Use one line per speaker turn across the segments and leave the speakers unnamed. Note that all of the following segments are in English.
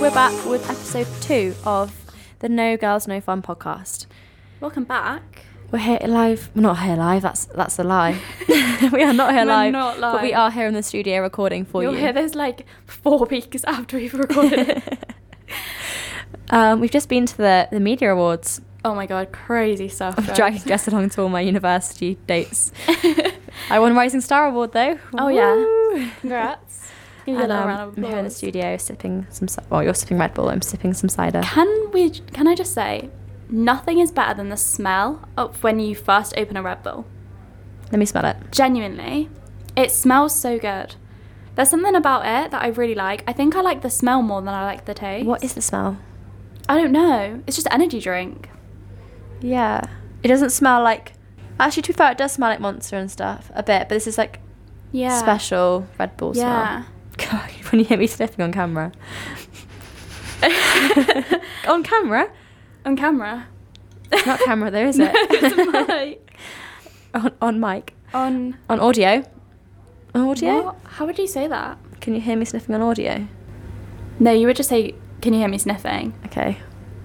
We're back with episode two of the No Girls No Fun podcast.
Welcome back.
We're here live. We're not here live. That's that's a lie. we are not here
We're
live.
not
But we
live.
are here in the studio recording for
You'll
you.
hear this like four weeks after we've recorded it.
um, we've just been to the the media awards.
oh my god, crazy stuff.
I've dragged dressed along to all my university dates. I won Rising Star Award though.
Oh, yeah.
Woo.
Congrats. Give you a
And,
little
um,
round of
I'm here in the
applause.
studio sipping some. ci- Well, you're sipping Red Bull. I'm sipping some cider.
Can we? Can I just say, nothing is better than the smell of when you first open a Red Bull.
Let me smell it.
Genuinely, it smells so good. There's something about it that I really like. I think I like the smell more than I like the taste.
What is the smell?
I don't know. It's just energy drink.
Yeah. It doesn't smell like. Actually, to be fair, it does smell like Monster and stuff a bit, but this is like
Yeah.
special Red Bull
Yeah.
smell. God, when you hit me sniffing on camera. on camera?
On camera.
Not camera, though, is
No,
it?
it's mic.
On, on mic.
On
On audio. On audio?
What? How would you say that?
Can you hear me sniffing on audio?
No, you would just say, "Can you hear me sniffing?"
Okay.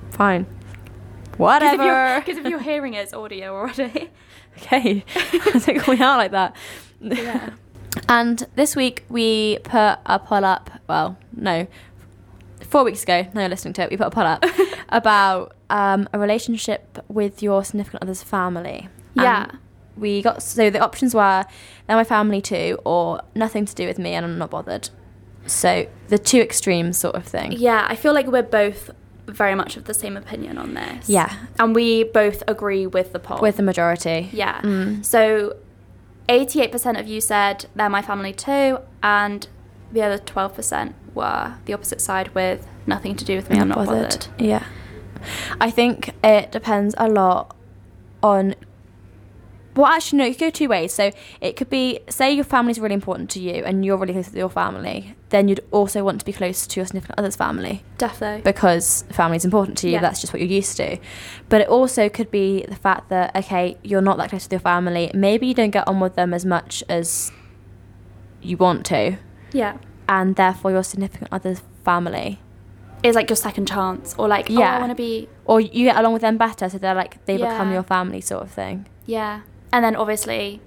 Fine.
Because if
Whatever.
you're- Because if, you're hearing it, it's audio already.
Okay. I think we are like that.
Yeah.
And this week we put a poll up, well, no, four weeks ago, now you're listening to it, we put a poll up about um, a relationship with your significant other's family. And
Yeah.
we got, so the options were they're my family too, or nothing to do with me and I'm not bothered. So the two extremes sort of thing.
Yeah, I feel like we're both very much of the same opinion on this.
Yeah.
and we both agree with the poll.
With the majority.
yeah.
Mm.
So, eighty-eight percent of you said they're my family too, and the other twelve percent were the opposite side with nothing to do with me. I'm not bothered.
Yeah. I think it depends a lot on. Well, actually, no, it could go two ways. So it could be, say, your family's really important to you and you're really close with your family, then you'd also want to be close to your significant other's family
Definitely.
because family's important to you.
Yeah.
That's just what you're used to. But it also could be the fact that, okay, you're not that close with your family. Maybe you don't get on with them as much as you want to,
yeah.
and therefore your significant other's family
Is like your second chance, or like, oh,
Yeah.
I want to be
or you get along with them better so they're like they become
Yeah.
your family sort of thing
Yeah. And then obviously,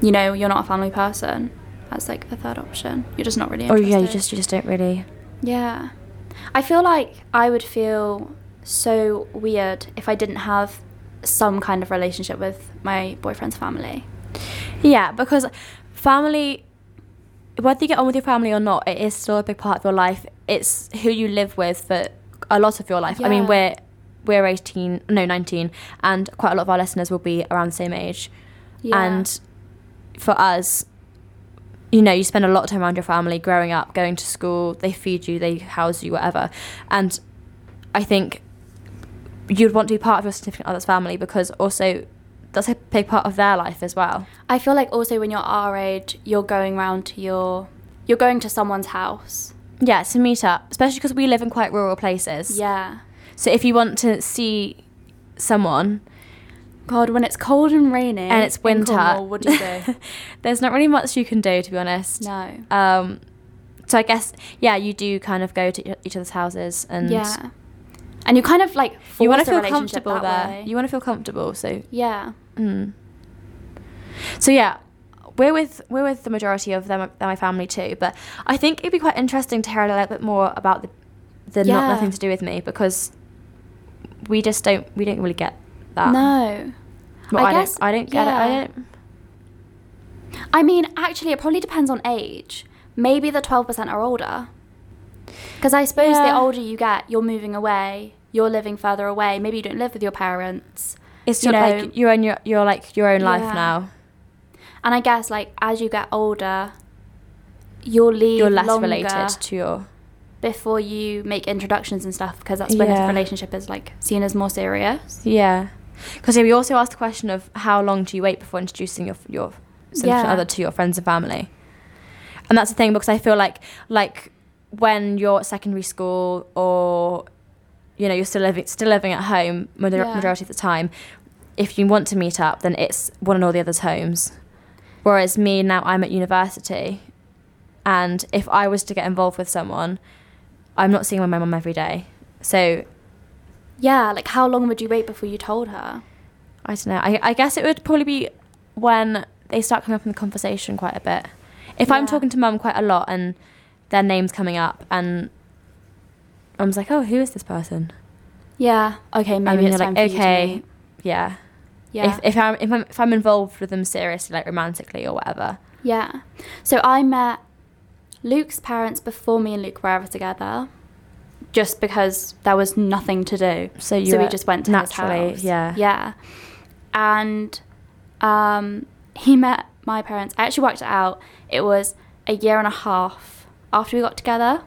you know, you're not a family person. That's like the third option. You're just not really
or
interested.
Oh, yeah you just you just don't really
Yeah. I feel like I would feel so weird if I didn't have some kind of relationship with my boyfriend's family.
yeah because family whether you get on with your family or not it is still a big part of your life it's who you live with for a lot of your life i mean
Yeah.
we're we're 18 no 19 and quite a lot of our listeners will be around the same age and for us you know you spend a lot of time around your family growing up going to school they feed you they house you whatever and i think you'd want to be part of your significant other's family because also that's a big part of their life as well
I feel like also when you're our age, you're going round to your you're going to someone's house.
yeah it's a meet up especially because we live in quite rural places
Yeah.
so if you want to see someone
God, when it's cold and rainy
and it's
in
winter
Cornwall, what do you do?
there's not really much you can do to be honest
no.
um so i guess yeah you do kind of go to e-, each other's houses and
yeah. And you kind of like
you want
want
to feel comfortable there. You want to feel comfortable. So,
yeah.
mm. so yeah, we're with we're with the majority of them, they're my family too. But I think it'd be quite interesting to hear a little bit more about the the not
Yeah.
nothing to do with me because we just don't we don't really get that.
no.
Well,
I
I,
guess-
don't, I don't get it. I
yeah.
don't.
I mean, actually, it probably depends on age. Maybe the 12% are older. Because I suppose
Yeah.
the older you get, you're moving away, you're living further away. Maybe you don't live with your parents.
It's
You
not
know-
like you own your you're like your own life
Yeah.
now.
And I guess, like, as you get older, you'll leave
You're less
longer
related to your
before you make introductions and stuff because that's when
Yeah.
the relationship is like seen as more serious.
Yeah, because we also asked the question of how long do you wait before introducing your your significant
Yeah.
other to your friends and family, and that's the thing because I feel like like when you're at secondary school or you know you're still living still living at home major-
Yeah.
majority of the time, if you want to meet up, then it's one and all the other's homes. Whereas me now I'm at university, and if I was to get involved with someone, I'm not seeing my mum every day. So
Yeah, like how long would you wait before you told her?
I don't know. I, I guess it would probably be when they start coming up in the conversation quite a bit. If I'm
Yeah.
talking to mum quite a lot and their name's coming up and I'm like, oh, who is this person?
Yeah. Okay, maybe
mean,
it's
they're
time
like,
for you to
okay,
meet.
Yeah.
Yeah.
If, if I'm if I'm if I'm involved with them seriously, like romantically or whatever.
yeah. So I met Luke's parents before me and Luke were ever together, just because there was nothing to do.
So you
so we
were
just went to
naturally,
his house.
yeah.
Yeah. And um, he met my parents. I actually worked it out. It was a year and a half after we got together.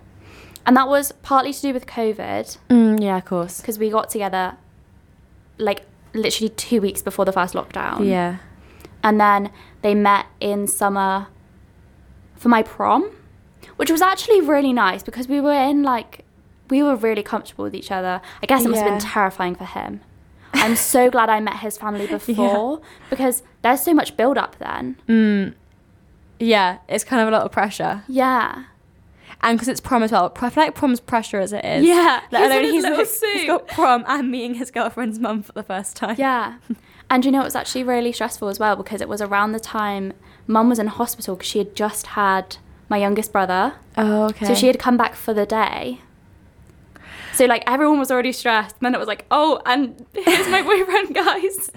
And that was partly to do with COVID
Mm, yeah, of course.
because we got together like literally two weeks before the first lockdown.
yeah.
And then they met in summer for my prom, which was actually really nice because we were in like, we were really comfortable with each other. I guess it must have been
Yeah.
terrifying for him. I'm so glad I met his family before because there's so much build up then.
Mm, yeah, it's kind of a lot of pressure.
Yeah.
And because it's prom as well. I feel like prom's pressure as it is.
Yeah,
Let
he's in
alone
his
he's,
little
like-
suit.
he's got prom and meeting his girlfriend's mum for the first time.
Yeah. And you know, it was actually really stressful as well because it was around the time mum was in hospital because she had just had my youngest brother.
Oh, okay.
So she had come back for the day. So like everyone was already stressed. And then it was like, oh, and here's my boyfriend, guys.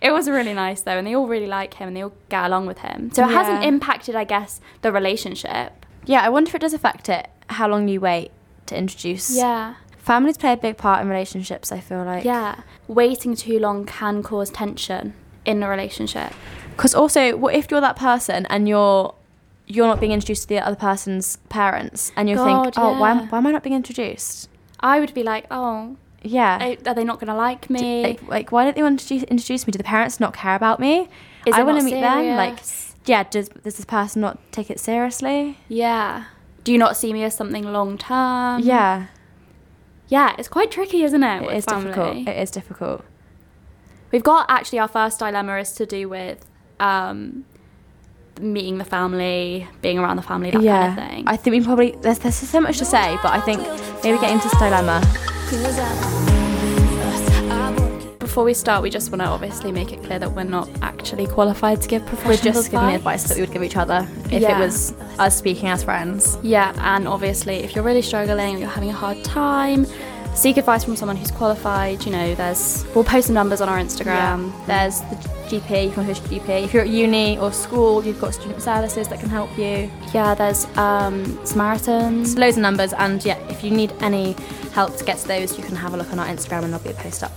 It was really nice though, and they all really like him and they all get along with him. So it hasn't
Yeah.
impacted, I guess, the relationship.
Yeah, I wonder if it does affect it, how long you wait to introduce.
Yeah.
Families play a big part in relationships, I feel like.
Yeah. Waiting too long can cause tension in a relationship.
Because also, what if you're that person and you're you're not being introduced to the other person's parents and you
God,
think, oh, why,
yeah.
am, why am I not being introduced?
I would be like, oh,
Yeah.
I- are they not going to like
D-
me?
Like, like, why don't they want to introduce- introduce me? Do the parents not care about me?
Is
I
it
want to
not
meet them. Like,
serious?
yeah, does, does this person not take it seriously?
yeah. Do you not see me as something long term?
yeah,
Yeah, it's quite tricky, isn't Mm-hmm.
it
it? with
is
family?
difficult. It is difficult.
We've got actually our first dilemma is to do with um, meeting the family, being around the family, that
yeah,
kind of thing.
I think we probably there's there's so much to say, but I think maybe getting to this dilemma.
Before we start, we just want to obviously make it clear that we're not actually qualified to give
We're
professional
just giving the advice that we would give each other if
Yeah.
it was us speaking as friends.
Yeah, and obviously, if you're really struggling or you're having a hard time, seek advice from someone who's qualified. You know, there's we'll post some numbers on our Instagram.
There's the GP. You can host GP. If you're at uni or school, you've got student services that can help you.
Yeah, there's um, Samaritans.
There's loads of numbers, and yeah, if you need any help to get to those, you can have a look on our Instagram, and there'll be a post up.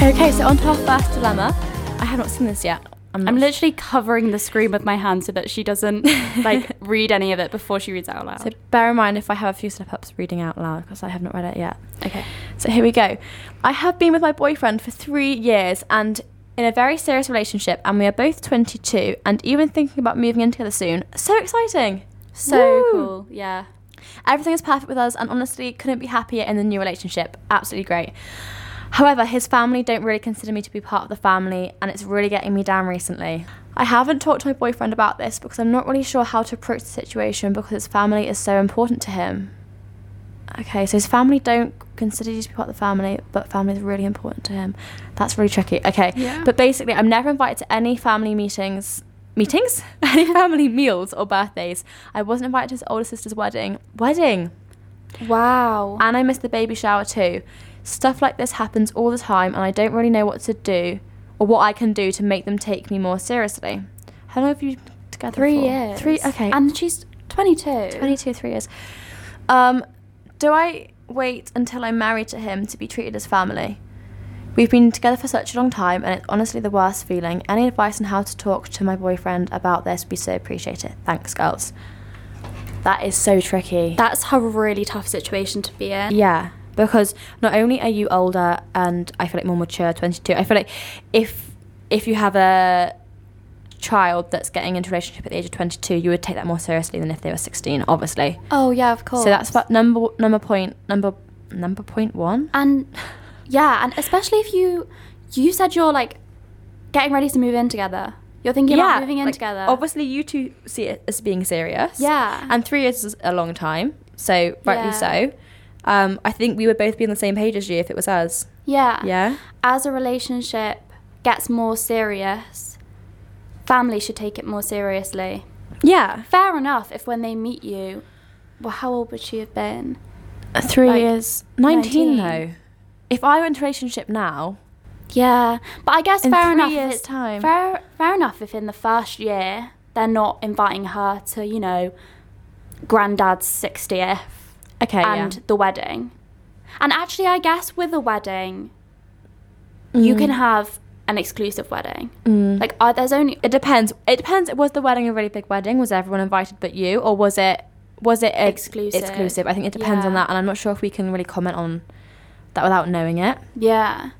Okay, so on to our first dilemma. I have not seen this yet.
I'm
not
literally covering the screen with my hand so that she doesn't like read any of it before she reads it out loud.
So bear in mind if I have a few slip ups reading out loud because I haven't read it yet.
okay.
So here we go. I have been with my boyfriend for three years and in a very serious relationship, and we are both 22 and even thinking about moving in together soon. So exciting!
So
Woo!
cool. Yeah.
Everything is perfect with us, and honestly, couldn't be happier in the new relationship. Absolutely great. However, his family don't really consider me to be part of the family, and it's really getting me down recently. I haven't talked to my boyfriend about this because I'm not really sure how to approach the situation because his family is so important to him. Okay, so his family don't consider you to be part of the family, but family is really important to him. That's really tricky. Okay,
Yeah.
but basically, I'm never invited to any family meetings, meetings, any family meals or birthdays. I wasn't invited to his older sister's wedding, wedding,
Wow.
and I missed the baby shower too. Stuff like this happens all the time, and I don't really know what to do or what I can do to make them take me more seriously. How long have you been together?
three
for?
years.
Three. Okay.
And she's 22.
22, three years. Um, do I wait until I'm married to him to be treated as family? We've been together for such a long time, and it's honestly the worst feeling. Any advice on how to talk to my boyfriend about this would be so appreciated. Thanks, girls. That is so tricky.
That's a really tough situation to be in.
Yeah, because not only are you older and I feel like more mature, 22. I feel like if if you have a child that's getting into a relationship at the age of 22, you would take that more seriously than if they were 16, obviously.
Oh yeah, of course.
So that's what number number point number number point 1.
And yeah, and especially if you you said you're like getting ready to move in together. You're thinking
yeah,
about moving in
like,
together.
Obviously, you two see it as being serious.
Yeah.
And three years is a long time, so rightly
Yeah.
so. Um, I think we would both be on the same page as you if it was us.
yeah.
Yeah.
As a relationship gets more serious, family should take it more seriously.
Yeah.
Fair enough if when they meet you, well, how old would she have been?
Three
Like,
years. 19,
19.
though. If I were in a relationship now,
Yeah, but I guess
In
fair
three
enough. if
years'
it's-
time.
Fair, fair enough if in the first year they're not inviting her to, you know, granddad's 60th
okay,
and the wedding. And actually, I guess with a wedding, you
Mm.
can have an exclusive wedding. Like, uh, there's only.
It depends. It depends. Was the wedding a really big wedding? Was everyone invited but you, or was it was it a-
Exclusive.
Exclusive. I think it depends on
Yeah.
that, and I'm not sure if we can really comment on that without knowing it.
Yeah.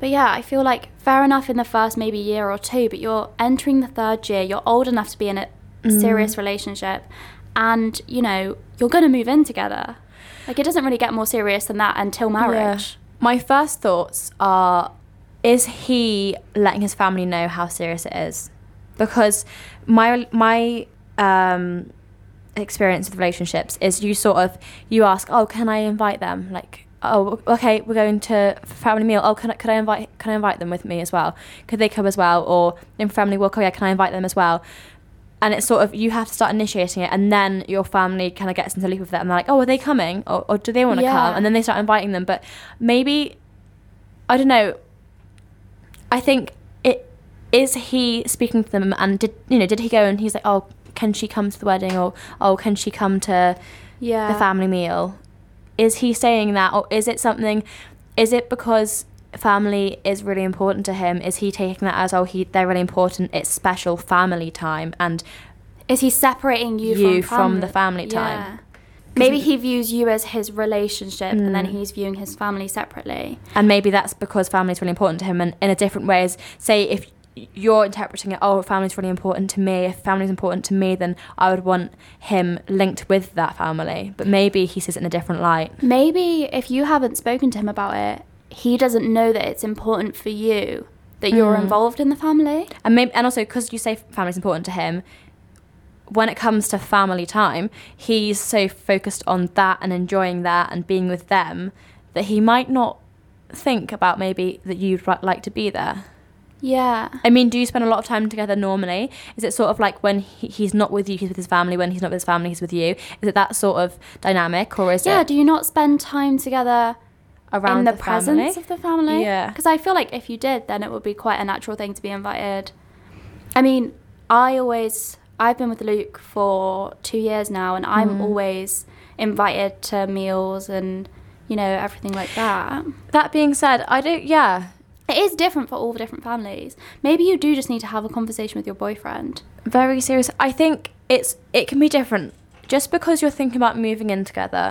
But yeah, I feel like fair enough in the first maybe year or two, but you're entering the third year, you're old enough to be in a
Mm.
serious relationship, and you know, you're going to move in together. Like, it doesn't really get more serious than that until marriage.
My first thoughts are is he letting his family know how serious it is? Because my my um experience with relationships is you sort of you ask, "Oh, can I invite them?" like Oh, okay. We're going to family meal. Oh, can I, could I invite? Can I invite them with me as well? Could they come as well? Or in family walk? Oh, yeah. Can I invite them as well? and it's sort of you have to start initiating it and then your family kind of gets into loop of that and they're like oh are they coming or, or do they want to
Yeah.
come and then they start inviting them but maybe i don't know i think it is he speaking to them and did you know did he go and he's like oh can she come to the wedding or oh can she come to
Yeah.
the family meal. Is he saying that, or is it something? Is it because family is really important to him? Is he taking that as oh, he they're really important? It's special family time, and
Is he separating you,
You
from,
from the family
Yeah.
time.
Maybe he views you as his relationship and then
Mm.
he's viewing his family separately.
and maybe that's because family is really important to him, and in a different way is say if you're interpreting it oh family's really important to me if family's important to me then i would want him linked with that family but maybe he sees it in a different light
Maybe if you haven't spoken to him about it, he doesn't know that it's important for you that you're
Mm.
involved in the family.
and maybe and also because you say family's important to him when it comes to family time he's so focused on that and enjoying that and being with them that he might not think about maybe that you'd ri- like to be there
Yeah.
i mean do you spend a lot of time together normally is it sort of like when he, he's not with you he's with his family when he's not with his family he's with you is it that sort of dynamic or is
yeah,
it
do you not spend time together
around
in the,
family?
presence of the family?
Yeah.
Because I feel like if you did, then it would be quite a natural thing to be invited. I mean, I always, I've been with Luke for two years now, and
Mm.
I'm always invited to meals and, you know, everything like that.
that being said i don't yeah
It is different for all the different families. Maybe you do just need to have a conversation with your boyfriend.
very serious. I think it's it can be different just because you're thinking about moving in together.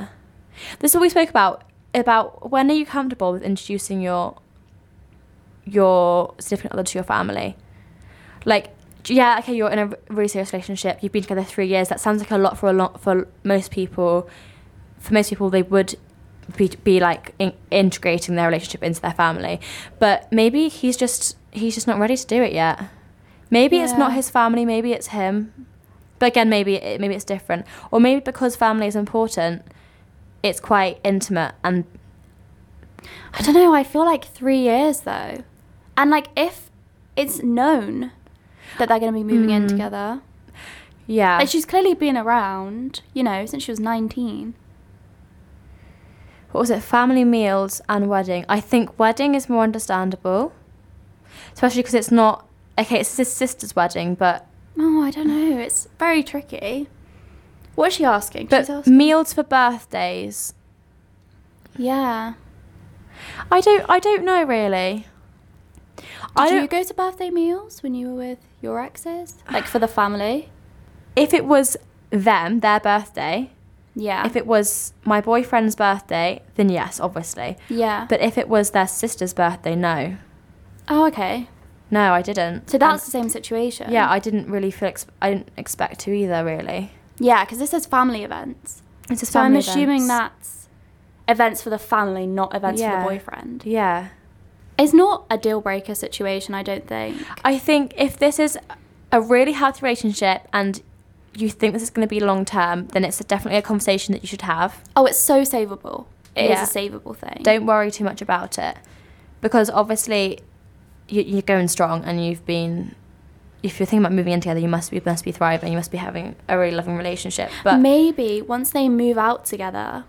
This is what we spoke about about when are you comfortable with introducing your your significant other to your family? Like yeah, okay, you're in a really serious relationship. You've been together three years. That sounds like a lot for a lot for most people. For most people, they would be, be like in, integrating their relationship into their family, but maybe he's just he's just not ready to do it yet. Maybe it's not
Yeah.
his family. Maybe it's him. But again, maybe it, maybe it's different, or maybe because family is important, it's quite intimate. And
I don't know, I feel like three years though. And like if it's known that they're going to be moving in
Mm.
together,
yeah,
Like she's clearly been around, you know, since she was 19.
what was it? Family meals and wedding. I think wedding is more understandable, especially because it's not okay. It's his sister's wedding, but
Oh, I don't know. It's very tricky. What is she asking?
but
She's asking.
meals for birthdays.
Yeah.
I don't. I don't know really.
Did
I
you
don't,
go to birthday meals when you were with your exes? Like for the family?
if it was them, their birthday.
Yeah.
If it was my boyfriend's birthday, then yes, obviously.
yeah.
But if it was their sister's birthday, no.
oh, okay.
No, I didn't.
So that's the same situation.
And- um, yeah, I didn't really feel. Ex- I didn't expect to either. Really.
yeah, because this says family events.
It's a
So I'm
family
assuming
event.
that's events for the family, not events
Yeah.
for the boyfriend.
Yeah.
It's not a deal breaker situation, I don't think.
I think if this is a really healthy relationship and you think this is going to be long term, then it's definitely a conversation that you should have.
Oh, it's so savable. It is
Yeah.
a savable thing.
Don't worry too much about it because obviously you, you're going strong and you've been. If you're thinking about moving in together, you must be must be thriving. You must be having a really loving relationship. But
maybe once they move out together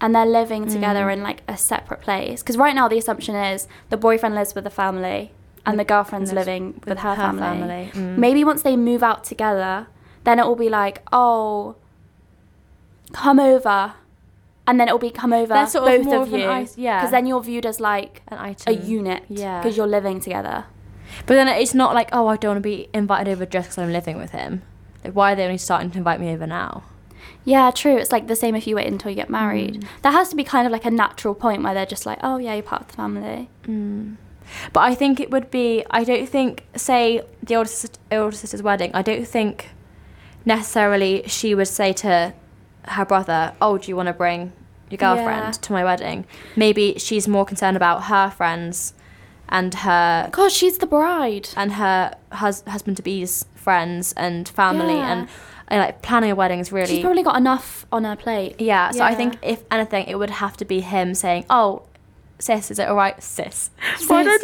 and they're living together
Mm.
in like a separate place because right now the assumption is the boyfriend lives with the family and the girlfriend's
lives
living with,
with
her,
her
family,
family. Mm.
maybe once they move out together then it will be like oh come over and then it'll be come over
That's sort of
both
more of
you
an ice- yeah.
because then you're viewed as like
an
a
item,
unit
yeah.
because you're living together
But then it's not like, oh, I don't want to be invited over just because I'm living with him. Like, why are they only starting to invite me over now?
Yeah, true. It's like the same if you wait until you get married.
Mm.
There has to be kind of like a natural point where they're just like, oh, yeah, you're part of the family.
Mm. But I think it would be. I don't think, say, the older sister, older sister's wedding. I don't think necessarily she would say to her brother, "Oh, do you want to bring your girlfriend
Yeah.
to my wedding?" Maybe she's more concerned about her friends and her
God, she's the bride.
and her hus- husband to be's friends and family
Yeah.
and, and like planning a wedding is really
She's probably got enough on her plate.
Yeah, so I
Yeah.
think if anything, it would have to be him saying, "Oh, sis, is it all right, sis?"
Why did I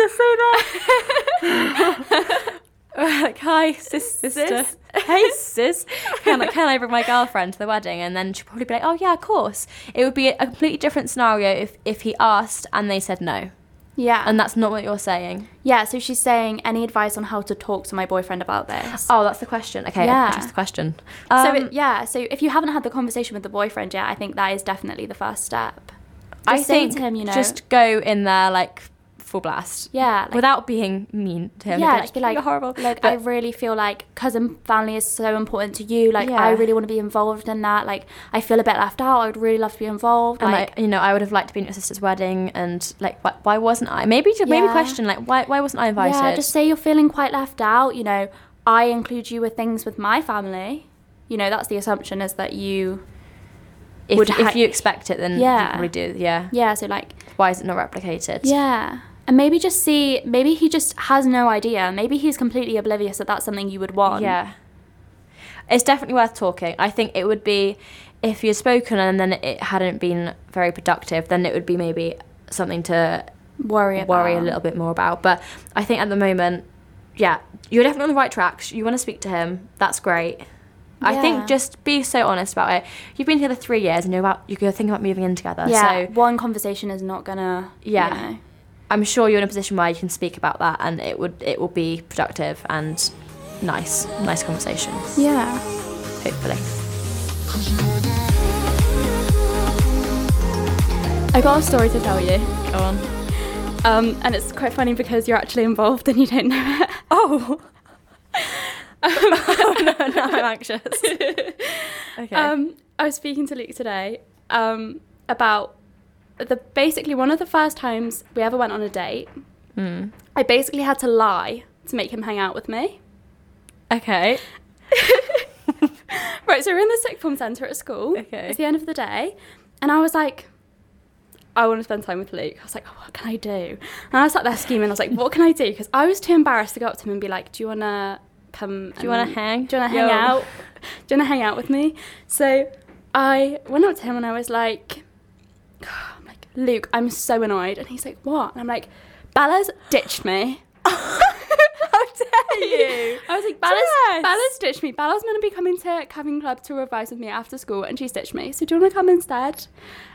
just
that? like, hi, sis, sister.
Sis.
Hey, sis. Can I, can I bring my girlfriend to the wedding? And then she'd probably be like, "Oh yeah, of course." It would be a completely different scenario if if he asked and they said no,
Yeah.
and that's not what you're saying.
yeah, so she's saying, any advice on how to talk to my boyfriend about this?
Oh, that's the question. Okay,
Yeah.
yeah. that's the question.
so,
Um,
it, yeah, so if you haven't had the conversation with the boyfriend yet, I think that is definitely the first step. Just
I
say
think
to him, you know,
just go in there like full blast.
yeah, like,
without being mean to him.
yeah,
and
just be like,
you're horrible.
Like,
But-
I really feel like cousin family is so important to you. Like, I
Yeah.
really want to be involved in that. Like, I feel a bit left out. I would really love to be involved.
and
like,
like, you know, I would have liked to be at your sister's wedding, and like, why, why wasn't I? Maybe just maybe
Yeah.
question like, why why wasn't I invited?
yeah, just say you're feeling quite left out. You know, I include you with things with my family. You know, that's the assumption is that you.
if,
would
if
ha-
you expect it, then
Yeah.
you probably do. Yeah.
Yeah, so like,
Why is it not replicated?
yeah. And maybe just see, maybe he just has no idea. Maybe he's completely oblivious that that's something you would want.
Yeah. It's definitely worth talking. I think it would be if you'd spoken and then it hadn't been very productive, then it would be maybe something to
Worry about.
worry a little bit more about. But I think at the moment, yeah, you're definitely on the right track. You want to speak to him. That's great. I
Yeah.
think just be so honest about it. You've been together three years and you're about you're thinking about moving in together.
Yeah.
So
one conversation is not gonna.
Yeah.
You know,
I'm sure you're in a position where you can speak about that and it would it will be productive and nice. Nice conversation,
yeah.
hopefully.
I got a story to tell you.
Go on.
Um, and it's quite funny because you're actually involved and you don't know it. Um,
Oh. oh no, now I'm anxious. okay.
Um, I was speaking to Luke today um, about the basically one of the first times we ever went on a date.
Hmm.
I basically had to lie to make him hang out with me.
Okay.
Right, so we're in the sick form centre at school.
Okay.
It's the end of the day, and I was like, I want to spend time with Luke. I was like, oh, what can I do? And I sat there scheming. I was like, what can I do? Because I was too embarrassed to go up to him and be like, do you want to come?
Do you wanna
and-
hang?
Do you want to hang
Um, Yo.
out? Do you want to hang out with me? So I went up to him and I was like, I'm like, Luke, I'm so annoyed. And he's like, what? And I'm like, Bella's ditched me.
How dare you?
I was like, Bella's,
Jess.
Bella's ditched me. Bella's going to be coming to Caving Club to revise with me after school, and she's ditched me. So do you want to come instead?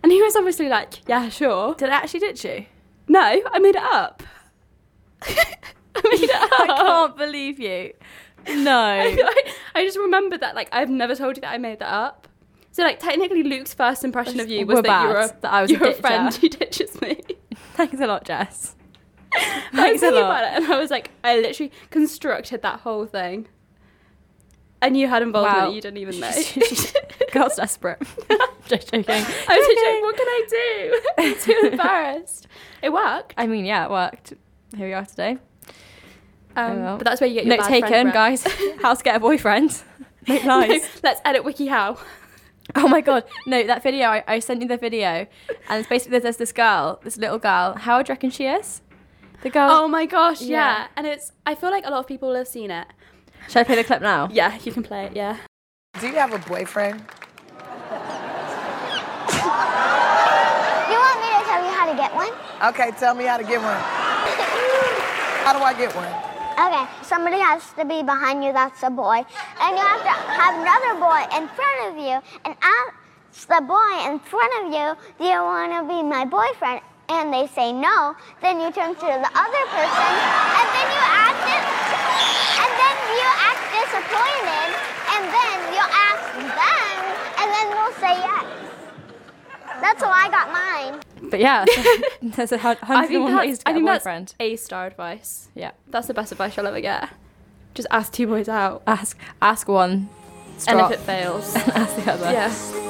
And he was obviously like, yeah, sure.
Did I actually ditch you?
No, I made it up. I made it up.
I can't believe you. No.
I, I just remembered that. Like, I've never told you that I made that up. So, like, technically, Luke's first impression of you was
We're
that you were
bad,
a,
that I was a
you were a
ditcher.
friend who ditches me.
Thanks a lot, Jess.
I was
Thanks a
thinking
lot.
about it, and I was like, I literally constructed that whole thing. And you had involvement
Wow.
that you didn't even know.
Girl's desperate. Just joking.
I was like, what can I do? I'm too embarrassed. It worked.
I mean, yeah, it worked. Here we are today.
Um,
oh well.
But that's where you get your
Note
bad friend
taken,
rep.
guys. How to get a boyfriend. Make
No,
lies.
let's edit WikiHow.
Oh my god. No, that video, I, I sent you the video. And it's basically there's, there's this girl, this little girl. How old do you reckon she is? The girl.
Oh my gosh, yeah.
Yeah.
And it's I feel like a lot of people have seen it.
Should I play the clip now?
Yeah, you can play it, yeah.
Do you have a boyfriend?
You want me to tell you how to get one?
Okay, tell me how to get one. How do I get one?
Okay, somebody has to be behind you, that's a boy. And you have to have another boy in front of you and ask the boy in front of you, Do you want to be my boyfriend? And they say no. Then you turn to the other person and then you act dis- and then you act disappointed and then you ask them and then they'll say yes. That's how I got mine.
But yeah, there's a hun-
I
hundred and
think
one ways
that's,
to
I
get a
think
boyfriend.
that's A star advice.
Yeah,
That's the best advice you'll ever get. Just ask two boys out.
ask ask one,
And
stop,
if it fails.
and ask the other.
yeah.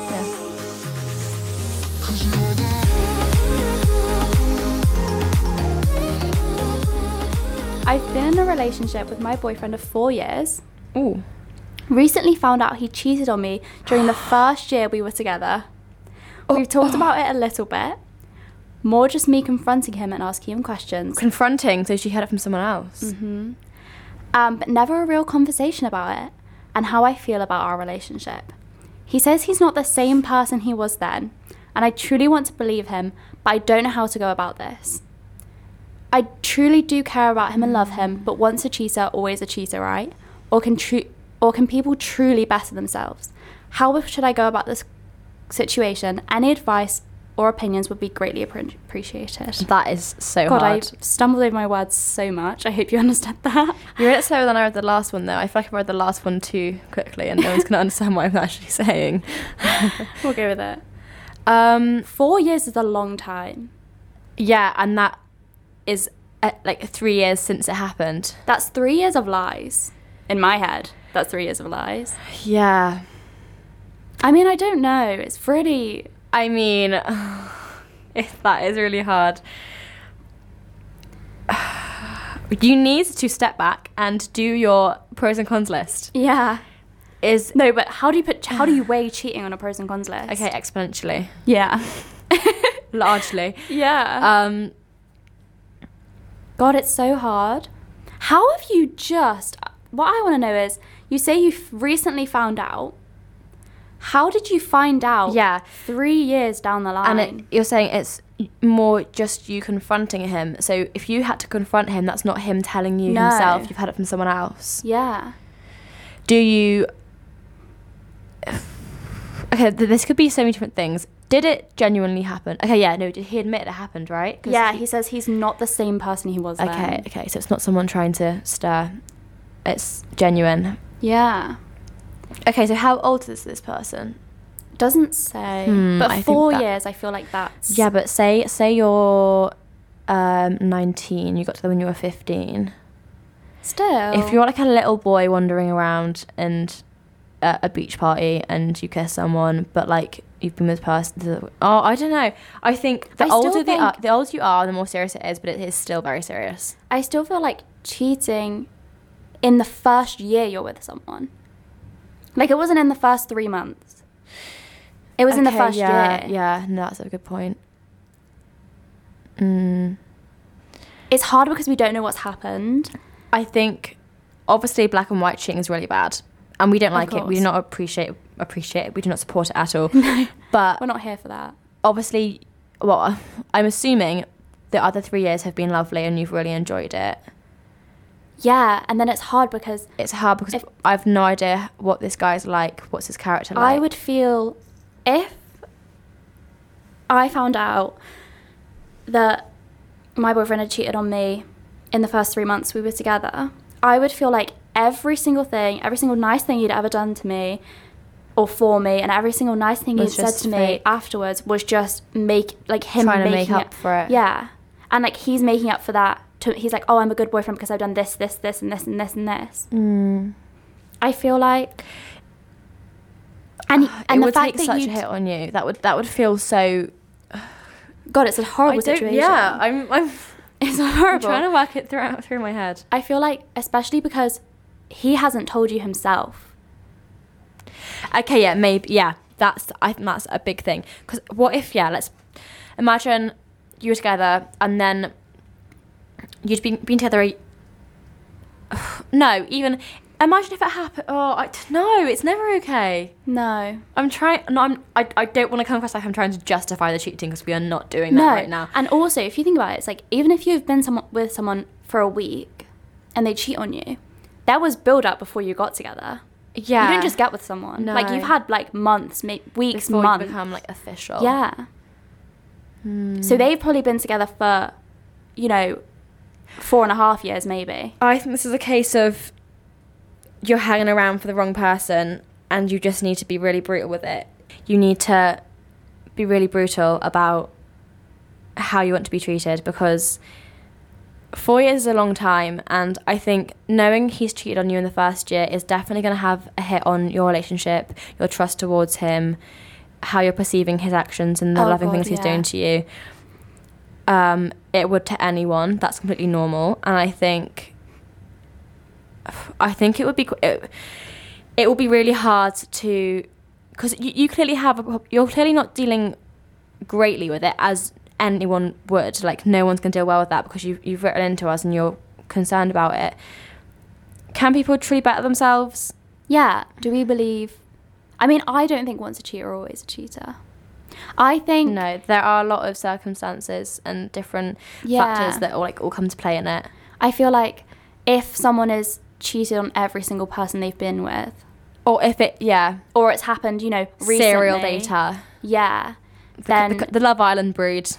I've been in a relationship with my boyfriend of four years.
Ooh.
Recently found out he cheated on me during the first year we were together. We've talked about it a little bit. More just me confronting him and asking him questions.
Confronting, so she heard it from someone else.
Mm. um, but never a real conversation about it and how I feel about our relationship. He says he's not the same person he was then, and I truly want to believe him, but I don't know how to go about this. I truly do care about him and love him, but once a cheater, always a cheater, right? Or can tru- or can people truly better themselves? How should I go about this situation? Any advice or opinions would be greatly appre- appreciated.
That is so
God, I
hard.
stumbled over my words so much. I hope you understood that.
You read it slower than I read the last one, though. I feel like I read the last one too quickly, and no one's going to understand what I'm actually saying.
We'll go with it.
Um,
Four years is a long time.
yeah, and that is uh, like three years since it happened.
That's three years of lies. In my head, that's three years of lies.
Yeah.
I mean, I don't know. It's really.
I mean, if that is really hard. You need to step back and do your pros and cons list.
Yeah.
Is
No, but how do you put? How do you weigh cheating on a pros and cons list?
okay exponentially,
Yeah.
largely.
yeah.
Um,
God, it's so hard. How have you just. What I want to know is you say you've recently found out. How did you find out
yeah,
three years down the line?
and it, you're saying it's more just you confronting him. So if you had to confront him, that's not him telling you
No.
himself. You've had it from someone else.
yeah.
Do you? Okay, th- this could be so many different things. Did it genuinely happen? Okay, yeah, no, did he admit it happened, right? 'Cause
Yeah, he says he's not the same person he was
Okay,
then.
okay, so it's not someone trying to stir. It's genuine.
Yeah.
Okay, so how old is this person?
Doesn't say.
Hmm,
but
I think
four
that-
years, I feel like that's.
Yeah, but say say you're um, 19, you got to them when you were 15.
still.
If you're like a little boy wandering around and at a beach party and you kiss someone, but like you've been with the person, the- oh, I don't know. I think the
I still
older the uh,
think-
the older you are, the more serious it is, but it is still very serious.
I still feel like cheating in the first year you're with someone. Like it wasn't in the first three months. It was in the
Okay,
first
yeah,
year.
Yeah, no, that's a good point. Mm.
It's hard because we don't know what's happened.
I think obviously black and white cheating is really bad, and we don't
Of
like it. We do
course.
not appreciate appreciate it. We do not support it at all. But
We're not here for that.
obviously, well, I'm assuming the other three years have been lovely and you've really enjoyed it.
Yeah, and then it's hard because
It's hard because
If-
I've no idea what this guy's like. What's his character like?
I would feel if I found out that my boyfriend had cheated on me in the first three months we were together, I would feel like every single thing, every single nice thing he'd ever done to me or for me, and every single nice thing he'd
Was
said
just
to me
fake.
afterwards was just make like him
Trying to
making
make up for it.
Yeah, and like he's making up for that. To, he's like, oh, I'm a good boyfriend because I've done this, this, this, and this, and this, and this.
Mm.
I feel like, and and
it
the
would
fact
take
that
such
you
a hit on you. That would that would feel so
God, it's a horrible situation.
Yeah, I'm. I'm
it's
I'm
horrible.
trying to work it through through my head.
I feel like, especially because he hasn't told you himself.
Uh, Okay, yeah, maybe, yeah. That's I think that's a big thing. Because what if, yeah, let's imagine you were together and then you'd been been together a no even imagine if it happened oh I, no it's never okay
No.
i'm trying no i'm i, I don't want to come across like i'm trying to justify the cheating because we are not doing that
No.
right now
And also, if you think about it, it's like even if you've been someone, with someone for a week and they cheat on you, there was build up before you got together.
yeah
You don't just get with someone. Like
No.
you've had like months, ma- weeks,
before
months.
you become like official
yeah.
Hmm.
So they've probably been together for, you know, four and a half years maybe.
I think this is a case of you're hanging around for the wrong person and you just need to be really brutal with it. You need to be really brutal about how you want to be treated because four years is a long time and I think knowing he's cheated on you in the first year is definitely going to have a hit on your relationship, your trust towards him, how you're perceiving his actions and the
Oh
loving
God,
things he's
yeah.
doing to you. Um, it would to anyone. That's completely normal, and I think I think it would be qu- it, it will be really hard to because you, you clearly have a, prob- you're clearly not dealing greatly with it as anyone would like no one's going to deal well with that because you you've written into us and you're concerned about it can people truly better themselves
Yeah. Do we believe? I mean, I don't think once a cheater, always a cheater. I think
no there are a lot of circumstances and different
Yeah.
factors that all like all come to play in it
I feel like if someone is cheated on every single person they've been with,
or if it yeah
or it's happened, you know, recently,
serial data
yeah,
the,
then
the, the love island breed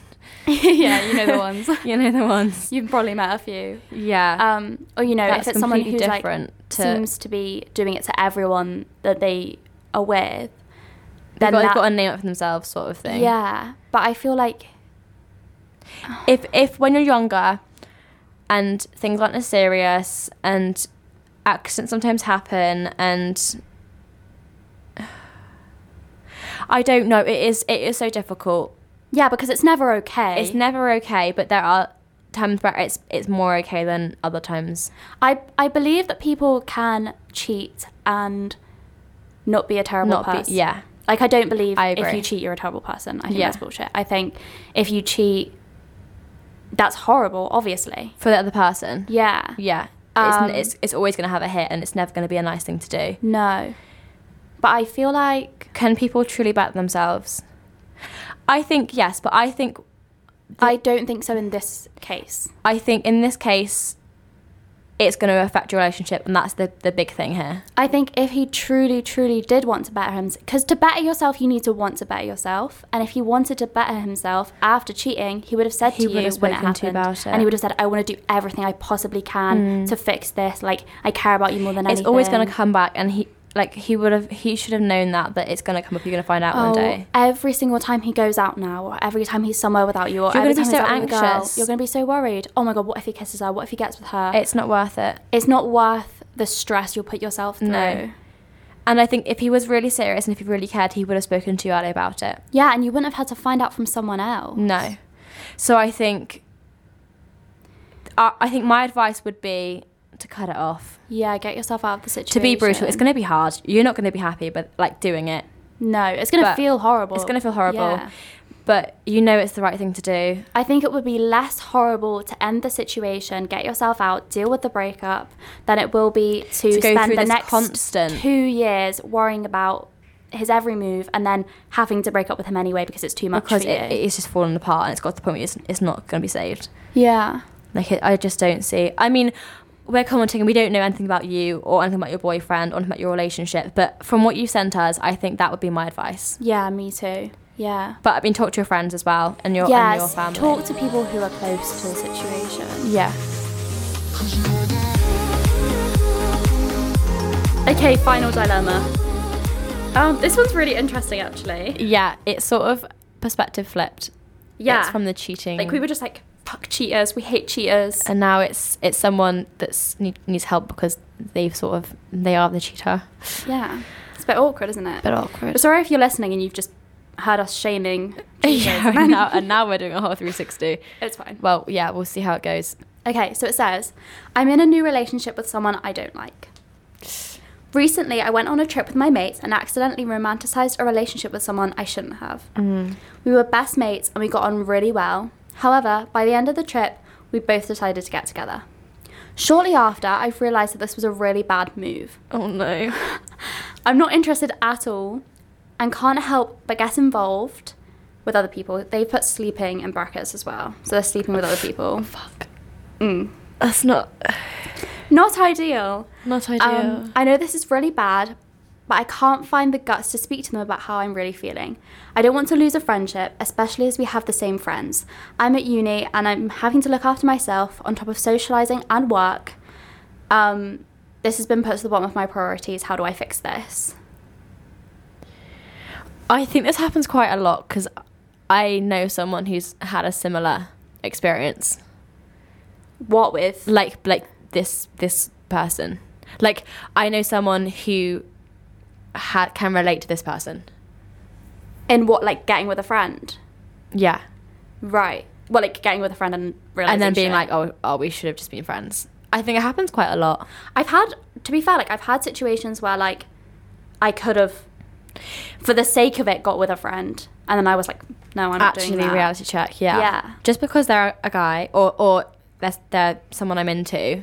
yeah, you know the ones.
you know the ones
You've probably met a few.
yeah
Um, or you know,
That's
if it's someone
completely
who's like
different to-
seems to be doing it to everyone that they are with,
they've
then
got,
that-
they've got a name up for themselves sort of thing
yeah. But I feel like
if if when you're younger and things aren't as serious and accidents sometimes happen and I don't know it is it is so difficult
yeah, because it's never okay.
it's never okay but there are times where it's it's more okay than other times
I I believe that people can cheat and not be a terrible
not
person.
be yeah
Like I don't believe
I
if
agree.
you cheat you're a terrible person. I think
Yeah.
that's bullshit. I think if you cheat that's horrible, obviously.
for the other person
Yeah.
yeah
Um,
it's, it's it's always going to have a hit and it's never going to be a nice thing to do
No. But I feel like
can people truly better themselves I think yes but I think
I don't think so in this case.
I think in this case, it's going to affect your relationship, and that's the, the big thing here.
I think if he truly, truly did want to better himself, because to better yourself, you need to want to better yourself. And if he wanted to better himself after cheating, he would have said
He
to
would
you
have
when
spoken
it happened,
to you about it. Mm.
and he would have said, "I want to do everything I possibly can to fix this. Like I care about you more than anything."
It's always going to come back, and he like he would have he should have known that that it's going to come up. You're going to find out one
Oh,
day.
Every single time he goes out now, or every time he's somewhere without you, or
You're gonna
every
be
time
so
he's out with a girl,
anxious.
you're going to be so worried. Oh my god, what if he kisses her? What if he gets with her?
It's not worth it.
it's not worth the stress you'll put yourself through.
No. And I think if he was really serious and if he really cared, he would have spoken to you earlier about it.
Yeah, and you wouldn't have had to find out from someone else.
No. So I think. I I think my advice would be to cut it off.
Yeah, get yourself out of the situation.
To be brutal, it's going to be hard. You're not going to be happy, but like doing it,
No, it's going to
But
feel horrible.
it's going to feel horrible.
Yeah.
But you know it's the right thing to do.
I think it would be less horrible to end the situation, get yourself out, deal with the breakup, than it will be to,
To go
spend
through
the
this
next
constant-
two years worrying about his every move and then having to break up with him anyway because it's too much
because
for
it,
you.
it's just fallen apart and it's got to the point where it's, it's not going to be saved.
yeah.
Like, it, I just don't see. I mean, we're commenting and we don't know anything about you or anything about your boyfriend or anything about your relationship, but from what you sent us, I think that would be my advice.
Yeah, me too. Yeah.
But I mean, talk to your friends as well and your, and your
Yes,
family.
talk to people who are close to the situation.
Yeah.
Okay, final dilemma. Um, this one's really interesting, actually.
Yeah, it's sort of perspective flipped. It's from the cheating.
Like we were just like, fuck cheaters, we hate cheaters.
and now it's it's someone that's need, needs help because they've sort of they are the cheater.
yeah. It's a bit awkward, isn't it?
Bit awkward.
Sorry if you're listening and you've just heard us shaming. cheaters.
yeah, and now, and now we're doing a whole 360.
it's fine.
Well, yeah, we'll see how it goes.
Okay, so it says, I'm in a new relationship with someone I don't like. Recently, I went on a trip with my mates and accidentally romanticized a relationship with someone I shouldn't have. We were best mates and we got on really well. However, by the end of the trip, we both decided to get together. Shortly after, I realised that this was a really bad move.
Oh no.
I'm not interested at all and can't help but get involved with other people. They put sleeping in brackets as well. So they're sleeping with other people.
Fuck.
Mm.
That's not
Not ideal.
not ideal.
Um, I know this is really bad, but I can't find the guts to speak to them about how I'm really feeling. I don't want to lose a friendship, especially as we have the same friends. I'm at uni and I'm having to look after myself on top of socializing and work. Um, this has been put to the bottom of my priorities. How do I fix this?
I think this happens quite a lot because I know someone who's had a similar experience,
What with?
like like this this person. Like I know someone who ha- can relate to this person.
In what, like getting with a friend?
Yeah,
Right. Well, like getting with a friend and realizing
and then being like,
shit.
oh, oh, we should have just been friends. I think it happens quite a lot.
I've had, to be fair, like I've had situations where like I could have, for the sake of it, got with a friend, and then I was like, no, I'm not
Actually,
doing that.
reality check. Yeah,
Yeah.
Just because they're a guy or or they're, they're someone I'm into,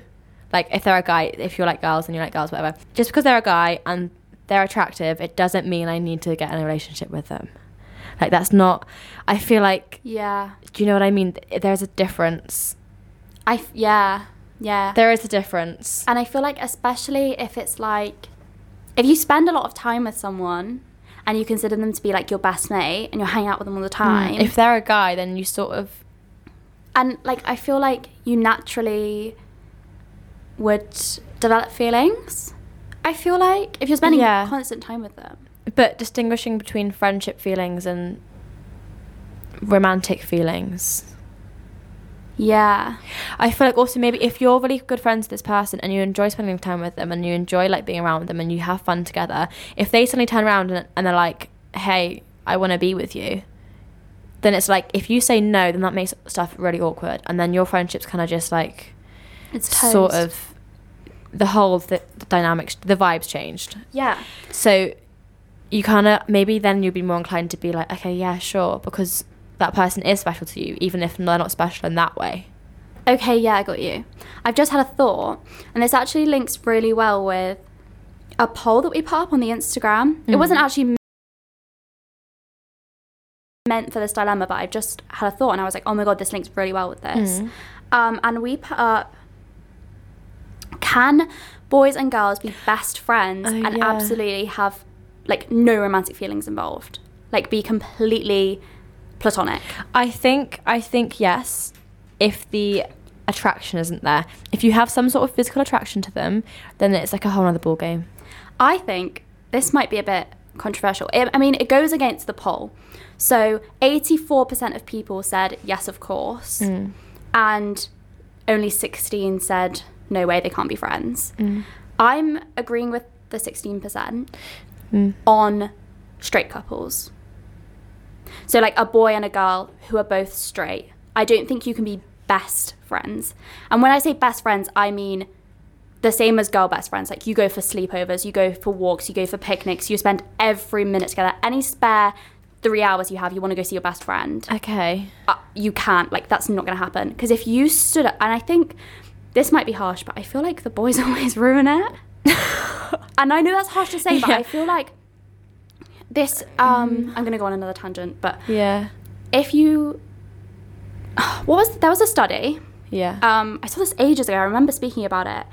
like if they're a guy, if you're like girls and you like girls, whatever. Just because they're a guy and they're attractive, it doesn't mean I need to get in a relationship with them. Like that's not. I feel like.
Yeah.
Do you know what I mean? There's a difference.
I f- yeah yeah.
There is a difference.
and I feel like especially if it's like, if you spend a lot of time with someone, and you consider them to be like your best mate, and you hang out with them all the time.
If they're a guy, then you sort of
and like I feel like you naturally would develop feelings. I feel like if you're spending
Yeah.
constant time with them.
But distinguishing between friendship feelings and romantic feelings.
Yeah.
I feel like also maybe if you're really good friends with this person and you enjoy spending time with them and you enjoy like being around them and you have fun together, if they suddenly turn around and, and they're like, hey, I want to be with you, then it's like if you say no, then that makes stuff really awkward. And then your friendship's kind of just like
It's
sort
toast.
of the whole th- the dynamics, the vibes changed.
Yeah.
So you kind of maybe then you'd be more inclined to be like, okay, yeah, sure, because that person is special to you, even if they're not special in that way.
Okay, yeah, I got you. I've just had a thought, and this actually links really well with a poll that we put up on the Instagram. It
Mhm.
wasn't actually me- meant for this dilemma, but I just had a thought, and I was like, oh my god, this links really well with this.
Mhm.
Um, and we put up can boys and girls be best friends
Oh,
and
yeah.
absolutely have like no romantic feelings involved? Like be completely platonic.
I think I think yes, if the attraction isn't there. If you have some sort of physical attraction to them, then it's like a whole other ball game.
I think this might be a bit controversial. I I mean, it goes against the poll. So 84% of people said yes, of course, and only 16 said no way, they can't be friends. I'm agreeing with the 16% on straight couples. So, like a boy and a girl who are both straight. I don't think you can be best friends. And when I say best friends, I mean the same as girl best friends. Like you go for sleepovers, you go for walks, you go for picnics, you spend every minute together. Any spare three hours you have, you want to go see your best friend.
Okay.
Uh, you can't. Like that's not going to happen. Because if you stood up, and I think this might be harsh, but I feel like the boys always ruin it. and I know that's harsh to say, but
Yeah.
I feel like this. Um, I'm going to go on another tangent, but
Yeah.
if you, what was there was a study
Yeah.
um, I saw this ages ago. I remember speaking about it,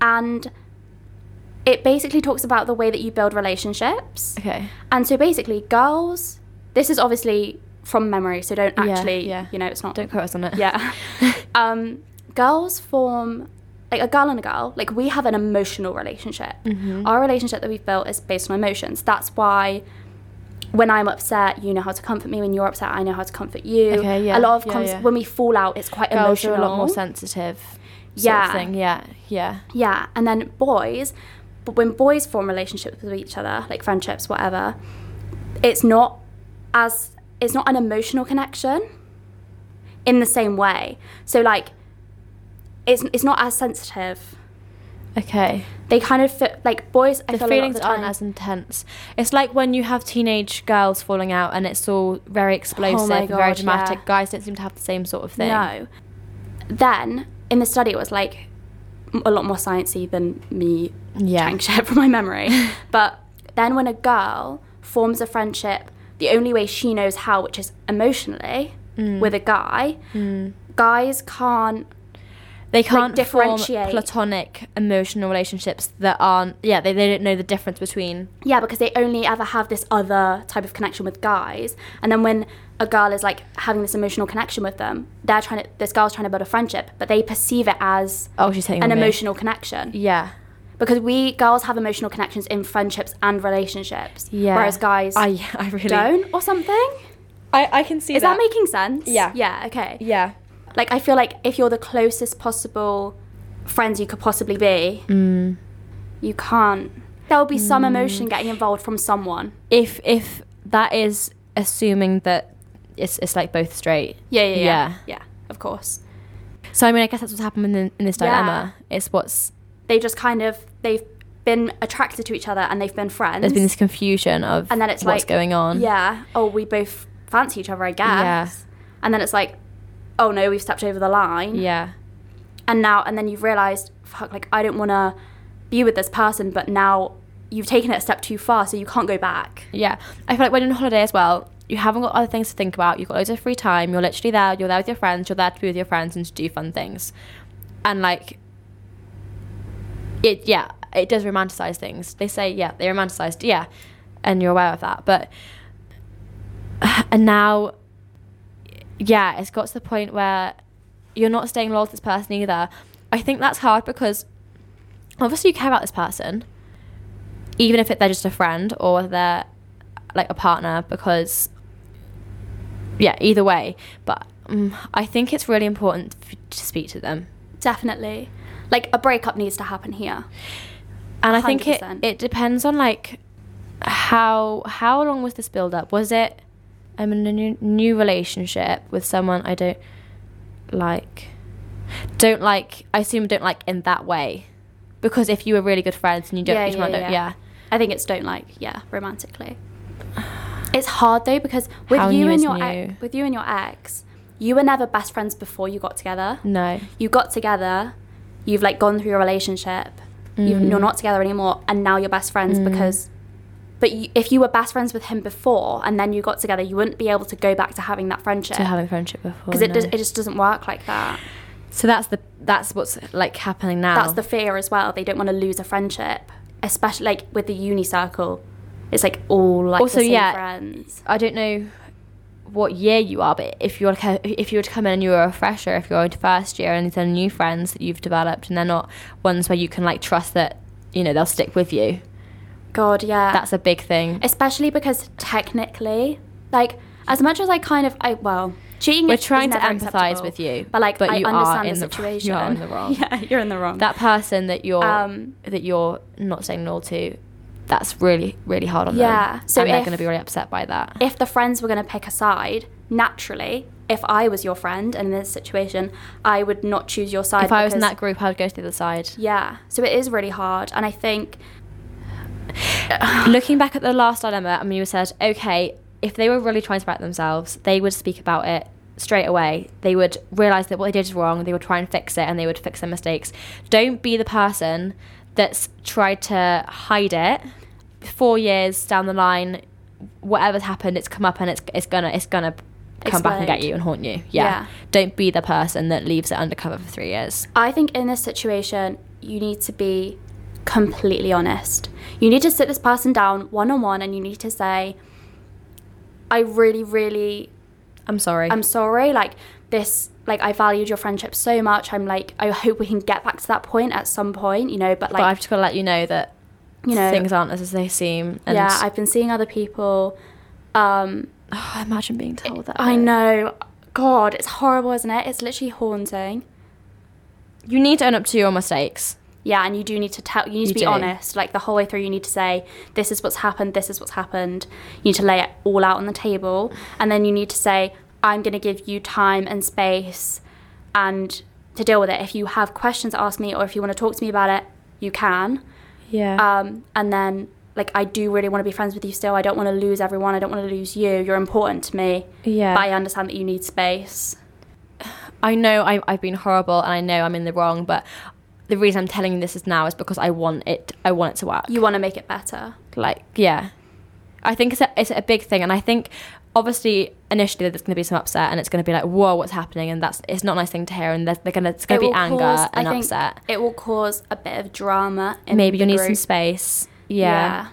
and it basically talks about the way that you build relationships.
okay.
And so basically, girls. This is obviously from memory, so don't
Yeah,
actually.
yeah.
You know, it's not.
Don't quote us on it.
Yeah. um, girls form like a girl and a girl. Like we have an emotional relationship.
Mm-hmm.
Our relationship that we've built is based on emotions. That's why. When I'm upset, you know how to comfort me. When you're upset, I know how to comfort you.
Okay, yeah,
A lot of
yeah,
cons-
yeah.
when we fall out, it's quite
Girls
emotional.
are a lot more sensitive. Sort
Yeah.
Of thing. Yeah. Yeah.
Yeah, and then boys, but when boys form relationships with each other, like friendships, whatever, it's not as it's not an emotional connection in the same way. So like, it's it's not as sensitive.
Okay.
They kind of fit, like boys. I
the
feel
feelings
a lot of the
aren't
time-
as intense. It's like when you have teenage girls falling out and it's all very explosive,
Oh my
very
God,
dramatic.
yeah.
Guys don't seem to have the same sort of thing.
No. then in the study, it was like a lot more sciencey than me
Yeah.
trying to share from my memory. but then when a girl forms a friendship, the only way she knows how, which is emotionally,
Mm.
with a guy, guys can't
They can't
differentiate.
form platonic emotional relationships that aren't. Yeah, they, they don't know the difference between.
Yeah, because they only ever have this other type of connection with guys. And then when a girl is like having this emotional connection with them, they're trying to this girl's trying to build a friendship, but they perceive it as
Oh, she's hitting
an
on me.
emotional connection.
Yeah.
Because we girls have emotional connections in friendships and relationships.
Yeah.
Whereas guys
I I really
don't or something.
I I can see
Is that making sense?
Yeah.
Yeah, okay.
Yeah.
Like I feel like if you're the closest possible friends you could possibly be,
Mm.
you can't there will be some emotion getting involved from someone.
If if that is assuming that it's it's like both straight.
Yeah, yeah, yeah.
Yeah.
Yeah, of course.
So I mean, I guess that's what's happened in, in this
Yeah.
dilemma. It's what's
They just kind of they've been attracted to each other and they've been friends.
there's been this confusion of
and then it's
what's
like
going on.
Yeah. Oh, we both fancy each other, I guess.
Yeah.
And then it's like, oh no, we've stepped over the line.
Yeah.
And now and then you've realized, fuck, like I don't want to be with this person, but now you've taken it a step too far, so you can't go back.
Yeah. I feel like when you're on holiday as well, you haven't got other things to think about. You've got loads of free time. You're literally there. You're there with your friends. You're there to be with your friends and to do fun things. And like, it, yeah, it does romanticize things. They say, yeah, they romanticized, yeah. And you're aware of that. But, and now, yeah, it's got to the point where you're not staying loyal to this person either. I think that's hard because obviously you care about this person even if it, they're just a friend or they're like a partner because yeah either way but um, i think it's really important f- to speak to them
Definitely. Like a breakup needs to happen here.
and i think it,
100%.
it depends on like how how long was this build up was it i'm in a new, new relationship with someone i don't like don't like i assume don't like in that way because if you were really good friends and you don't
Yeah,
each one
yeah,
don't
yeah.
yeah
I think it's don't like, yeah, romantically. It's hard though because with
How
you
new
and
is
your
new?
ex, with you and your ex, you were never best friends before you got together.
no
You got together, you've like gone through your relationship, you
Mm.
you're not together anymore, and now you're best friends because. But you, if you were best friends with him before and then you got together, you wouldn't be able to go back to having that friendship
to having friendship before
because it
no.
does, it just doesn't work like that.
So that's the that's what's like happening now.
that's the fear as well. They don't want to lose a friendship, especially like with the uni circle. It's like all like
Also,
the same
yeah.
friends.
I don't know what year you are, but if you were to co- if you were to come in and you were a fresher, if you're into first year and then new friends that you've developed and they're not ones where you can like trust that you know they'll stick with you.
God, yeah.
That's a big thing.
especially because technically, like as much as I kind of, I well, cheating.
We're
is- is
trying to
never
empathise
acceptable,
with you,
but like
but
I
you are
understand
in
the
the-
situation.
you are in the wrong.
yeah, you're in the wrong.
That person that you're
Um,
that you're not saying loyal to, that's really really hard on them.
Yeah. So
and they're
if-
going to be really upset by that.
if the friends were going to pick a side, naturally, if I was your friend and in this situation, I would not choose your side.
If I was in
because-
that group, I'd go to the other side.
yeah. So it is really hard, and I think
Looking back at the last dilemma, I mean, you said, okay, if they were really trying to back themselves, they would speak about it straight away. They would realize that what they did is wrong. They would try and fix it, and they would fix their mistakes. Don't be the person that's tried to hide it. Four years down the line, whatever's happened, it's come up, and it's it's gonna it's gonna come back and
Explode.
get you and haunt you.
Yeah.
yeah. Don't be the person that leaves it undercover for three years.
I think in this situation, you need to be completely honest. You need to sit this person down one on one and you need to say, I really, really,
I'm sorry.
I'm sorry. Like, this, like, I valued your friendship so much. I'm like, I hope we can get back to that point at some point, you know, but
but I've
like,
just got to let you know that
you know,
things aren't as they seem. And
yeah, I've been seeing other people. Um,
Oh, imagine being told that.
I
though.
know. God, it's horrible, isn't it? It's literally haunting.
You need to own up to your mistakes.
Yeah, and you do need to tell. You need
You
to be
do.
honest. Like the whole way through, you need to say, "This is what's happened. This is what's happened." You need to lay it all out on the table, and then you need to say, "I'm going to give you time and space, and to deal with it. If you have questions, to ask me, or if you want to talk to me about it, you can."
Yeah.
Um, and then, like, I do really want to be friends with you still. I don't want to lose everyone. I don't want to lose you. You're important to me.
yeah.
But I understand that you need space.
I know I, I've been horrible and I know I'm in the wrong, but the reason I'm telling you this is now is because I want it. I want it to work.
You want to make it better.
Like, yeah, I think it's a, it's a big thing, and I think obviously initially there's going to be some upset, and it's going to be like, whoa, what's happening? And that's it's not a nice thing to hear, and they're, they're going to it's going
It
to be
will
anger
cause- I
and
think
upset.
It will cause a bit of drama. In
Maybe you
the
need some
group.
space. yeah.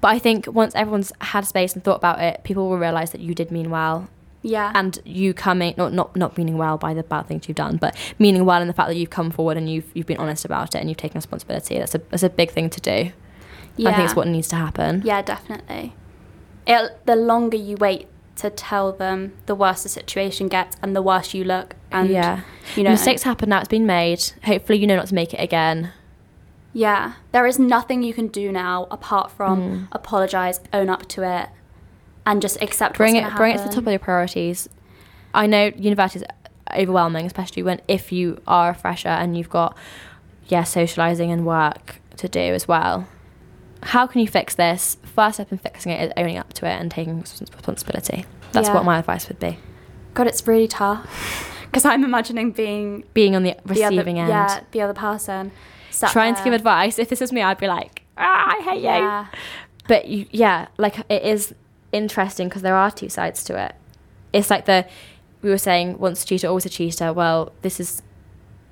But I think once everyone's had space and thought about it, people will realise that you did mean well.
Yeah. And
And you coming not not not meaning well by the bad things you've done, but meaning well in the fact that you've come forward and you've you've been honest about it and you've taken responsibility. That's a that's a big thing to do.
yeah.
I think it's what needs to happen.
Yeah, definitely. It the longer you wait to tell them, the worse the situation gets, and the worse you look. And
yeah.
you know,
mistakes happen now. It's been made. Hopefully, you know not to make it again.
Yeah, there is nothing you can do now apart from
Mm.
apologize, own up to it, and just accept.
Bring
what's
it.
gonna
Bring it to the top
happen.
of your priorities. I know university is overwhelming, especially when if you are a fresher and you've got yeah socializing and work to do as well. How can you fix this? First step in fixing it is owning up to it and taking s- responsibility. That's
Yeah.
what my advice would be.
God, it's really tough because I'm imagining being
Being on the
the other,
receiving end,
yeah, the other person, sat
trying to
there.
give advice. If this is me, I'd be like, ah, I hate you.
Yeah,
but you, yeah like it is interesting because there are two sides to it it's like the we were saying once a cheater always a cheater well this is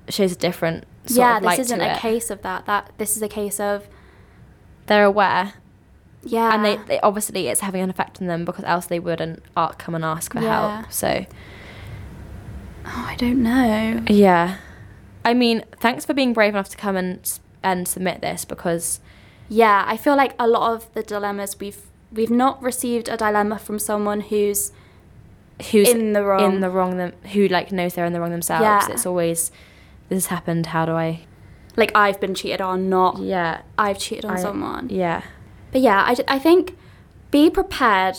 shows a different sort
yeah.
of
This
light
isn't
to
a
it.
case of that. That this is a case of
they're aware
yeah,
and they, they obviously it's having an effect on them because else they wouldn't uh, come and ask for
Yeah.
help so
oh, I don't know.
yeah i mean thanks for being brave enough to come and s- and submit this because
Yeah, I feel like a lot of the dilemmas we've we've not received a dilemma from someone who's
who's
In the wrong.
in the wrong them, who like knows they're in the wrong themselves
Yeah.
it's always this has happened how do i
like I've been cheated on, not
yeah
I've cheated on
I-
someone.
yeah
But yeah, I, d- I think be prepared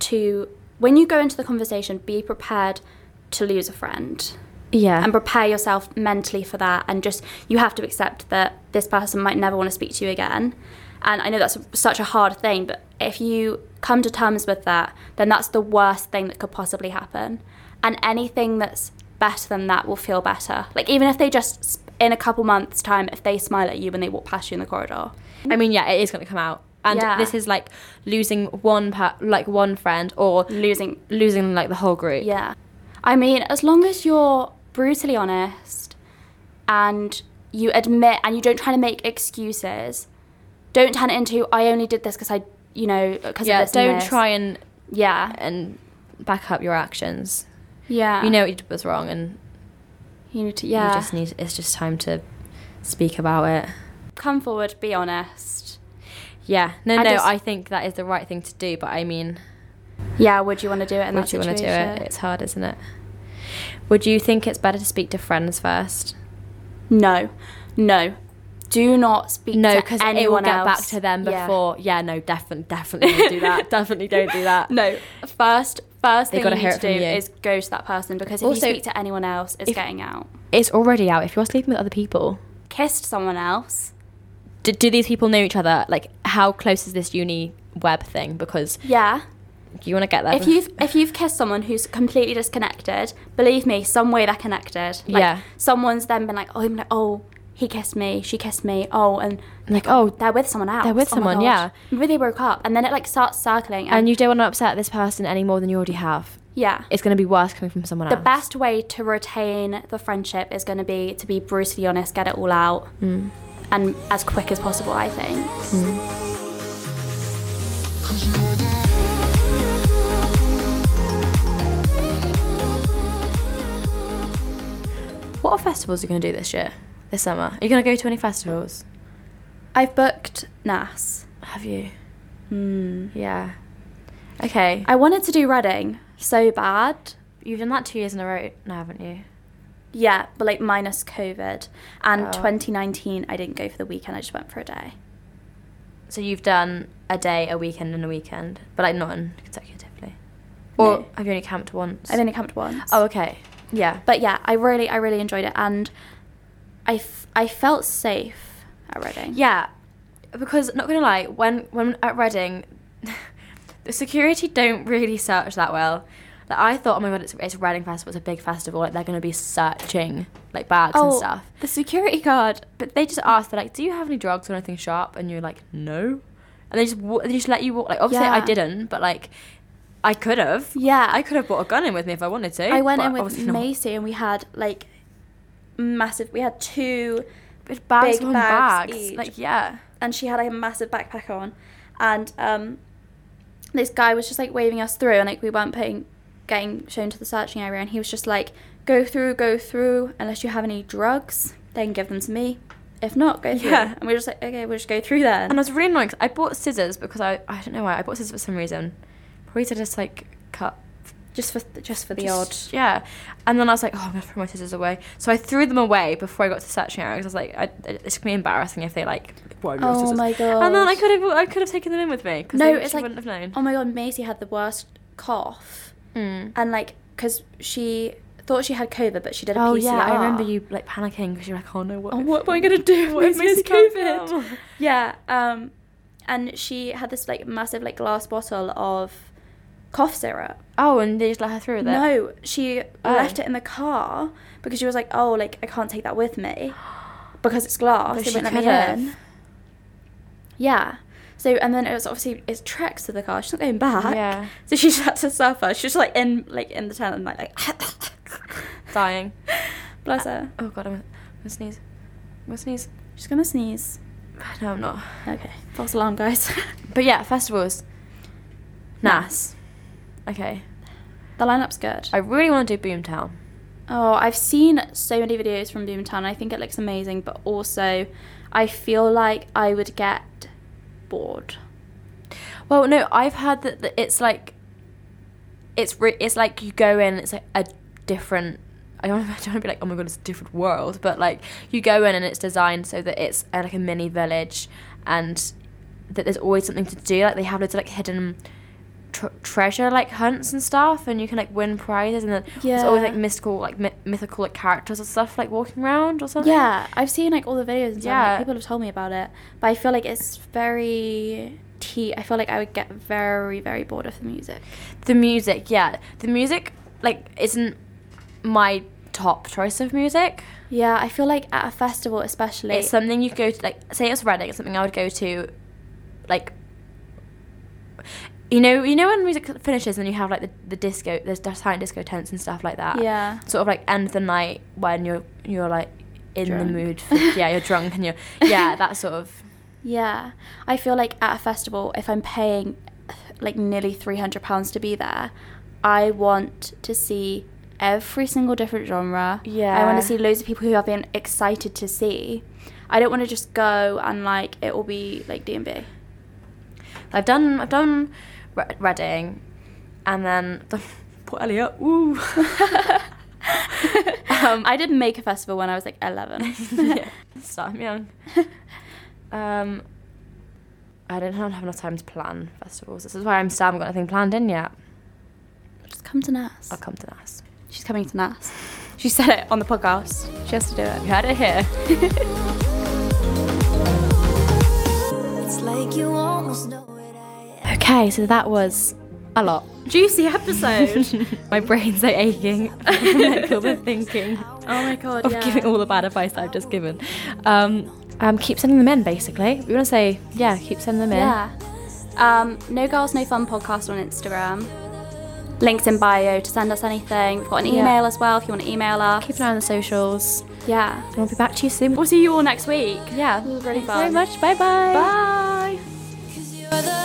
to, when you go into the conversation, be prepared to lose a friend
yeah
and prepare yourself mentally for that. And just, you have to accept that this person might never want to speak to you again. And I know that's such a hard thing, but if you come to terms with that, then that's the worst thing that could possibly happen. And anything that's better than that will feel better. Like, even if they just, s- in a couple months' time, if they smile at you when they walk past you in the corridor.
I mean, yeah, it is going to come out, and
Yeah.
this is like losing one per- like one friend or
Losing
losing like the whole group.
Yeah. I mean, as long as you're brutally honest and you admit and you don't try to make excuses, don't turn it into, I only did this because I, you know, because
yeah.
of this. and
Don't
this."
try and
Yeah.
and back up your actions.
Yeah.
You know what you did was wrong, and
you need to, yeah.
you just need. It's just time to speak about it.
Come forward, be honest.
Yeah. No,
I
no.
just-
I think that is the right thing to do, but I mean,
Yeah, would you want to do it in
would
that
you want to do
situation?
it? It's hard, isn't it? Would you think it's better to speak to friends first?
No. No. Do not speak
No,
to
because it will
anyone
get back
else.
to them
Yeah.
before. Yeah, no, definitely, definitely don't do that. definitely don't do that.
No. First, first
They
thing you
gotta
need
hear
to
it
do
from you.
is go to that person because if
Also,
you speak to anyone else, it's
if-
getting out.
it's already out. If you're sleeping with other people,
Kissed someone else.
do, do these people know each other? Like, how close is this uni web thing? Because
Yeah.
you want to get there.
If you've if you've kissed someone who's completely disconnected, believe me, some way they're connected. Like,
Yeah.
Someone's then been like, oh, I'm like, oh, he kissed me, she kissed me, oh, and
like, oh,
they're with someone else.
They're with
Oh my
someone,
gosh.
yeah.
Maybe they broke up, and then it like starts circling. And,
and you don't want to upset this person any more than you already have.
yeah,
It's going to be worse coming from someone
the
else.
best way to retain the friendship is going to be to be brutally honest, get it all out,
Mm.
and as quick as possible. I think.
What are festivals you going to do this year, this summer? Are you going to go to any festivals?
I've booked Nas.
Have you? Hmm. Yeah. Okay.
I wanted to do Reading so bad.
You've done that two years in a row now, haven't you?
Yeah, but like minus COVID. And
Oh.
2019, I didn't go for the weekend, I just went for a day.
So you've done a day, a weekend, and a weekend, but like not in consecutively. Or
No.
have you only camped once?
I've only camped once.
Oh, okay. Yeah.
But yeah, I really, I really enjoyed it. And I, f- I felt safe at Reading.
Yeah, because not gonna lie, when when at Reading, the security don't really search that well, Like I thought, oh my god, it's, it's Reading Festival. It's a big festival. Like they're gonna be searching like bags and
Oh.
stuff.
The security guard.
But they just asked, they're like, "Do you have any drugs or anything sharp?" And you're like, "No," and they just wa- they just let you walk. Like obviously
Yeah.
I didn't, but like I could have.
Yeah,
I could have brought a gun in with me if I wanted to.
I went
but
in with
obviously not.
Macy and we had like massive. We had two,
With bags
big
on
bags
bags.
each.
Like yeah.
and she had like a massive backpack on, and um, this guy was just like waving us through, and like we weren't putting getting shown to the searching area, and he was just like, "Go through, go through. Unless you have any drugs, then give them to me. If not, go through."
Yeah.
And we were just like, "Okay, we'll just go through then."
And I was really annoyed 'cause I bought scissors because I I don't know why I bought scissors for some reason. Probably to just like cut
just for just for the
just-
odd.
Yeah. And then I was like, oh, I'm gonna throw my scissors away. So I threw them away before I got to the searching area 'cause I was like, I, it's gonna be embarrassing if they like. Whoa, your
Oh
scissors.
my
And then I
gosh.
could have I could have taken them in with me because
No,
no, um,
it's like-
wouldn't have known.
Oh my god, Maisie had the worst cough.
Mm.
and like because she thought she had COVID, but she did a
Oh
PCR.
yeah, I remember you like panicking because you're like, oh no, what?
Oh,
if-
what am I gonna do?
What if
Macy has
Maisie comes
COVID?
down?
Yeah. Um, and she had this like massive like glass bottle of cough syrup.
Oh, and they just let her through with it.
No, she
Oh.
left it in the car because she was like, oh, like I can't take that with me because it's glass.
But
they
she
won't let me
could have.
in. Yeah. So and then it was obviously it's treks to the car. She's not going back.
Yeah.
So she just had to suffer. She's like in like in the tent and like, like
dying.
Bless her.
Oh god, I'm gonna, I'm gonna sneeze. I'm gonna sneeze.
She's gonna sneeze.
No, I'm not.
Okay. False alarm, guys.
But yeah, festivals. Nas.
Nice.
Okay.
The lineup's good.
I really want to do Boomtown.
oh, I've seen so many videos from Boomtown. I think it looks amazing, but also, I feel like I would get bored.
Well, no, I've heard that, that it's like, it's re- it's like you go in, it's like a different. I don't, I don't want to be like, oh my god, it's a different world, but like you go in and it's designed so that it's uh, like a mini village, and that there's always something to do. Like they have loads of like hidden tr- treasure like hunts and stuff, and you can like win prizes, and then there's always
Yeah.
like mystical like mi- mythical like characters and stuff like walking around or something.
Yeah, I've seen like all the videos and stuff. Yeah.
Yeah.
people have told me about it, but I feel like it's very tea. I feel like I would get very, very bored of the music.
The music, yeah. The music, like, isn't my top choice of music.
Yeah, I feel like at a festival, especially.
It's something you go to, like, say it's Reading, it's something I would go to, like, you know, you know when music finishes and you have like the, the disco, there's silent disco tents and stuff like that.
Yeah.
Sort of like end of the night when you're you're like in
Drunk.
the mood. For, yeah, you're drunk and you're yeah that sort of.
Yeah, I feel like at a festival, if I'm paying like nearly three hundred pounds to be there, I want to see every single different genre. I want
Yeah.
to see loads of people who I've been excited to see. I don't want to just go and like it will be like D and B.
I've done I've done Re- Reading, and then the, put Elliot. Ooh.
Um, I did make a festival when I was like eleven.
yeah, so I'm young. Um, I don't, I don't have enough time to plan festivals. This is why I'm sad. I haven't got anything planned in yet.
Just come to Nas.
I'll come to Nas.
Oh, She's coming to Nas. She said it on the podcast. She has to do it.
You heard it here.
It's like you almost know it. I
Okay, so that was a lot.
Juicy episode.
My brain's so aching. like all the thinking
oh my god.
of
yeah.
giving all the bad advice that I've just given. Um, um, keep sending them in, basically. We want to say, yeah, keep sending them in.
Yeah. Um, no Girls No Fun podcast on Instagram. Links in bio to send us anything. We've got an
Yeah.
email as well if you want to email us.
Keep an eye on the socials.
yeah.
And we'll be back to you soon.
We'll see you all next week.
Yeah.
Really
Thanks very
fun.
much. Bye-bye.
Bye.
Cause you're the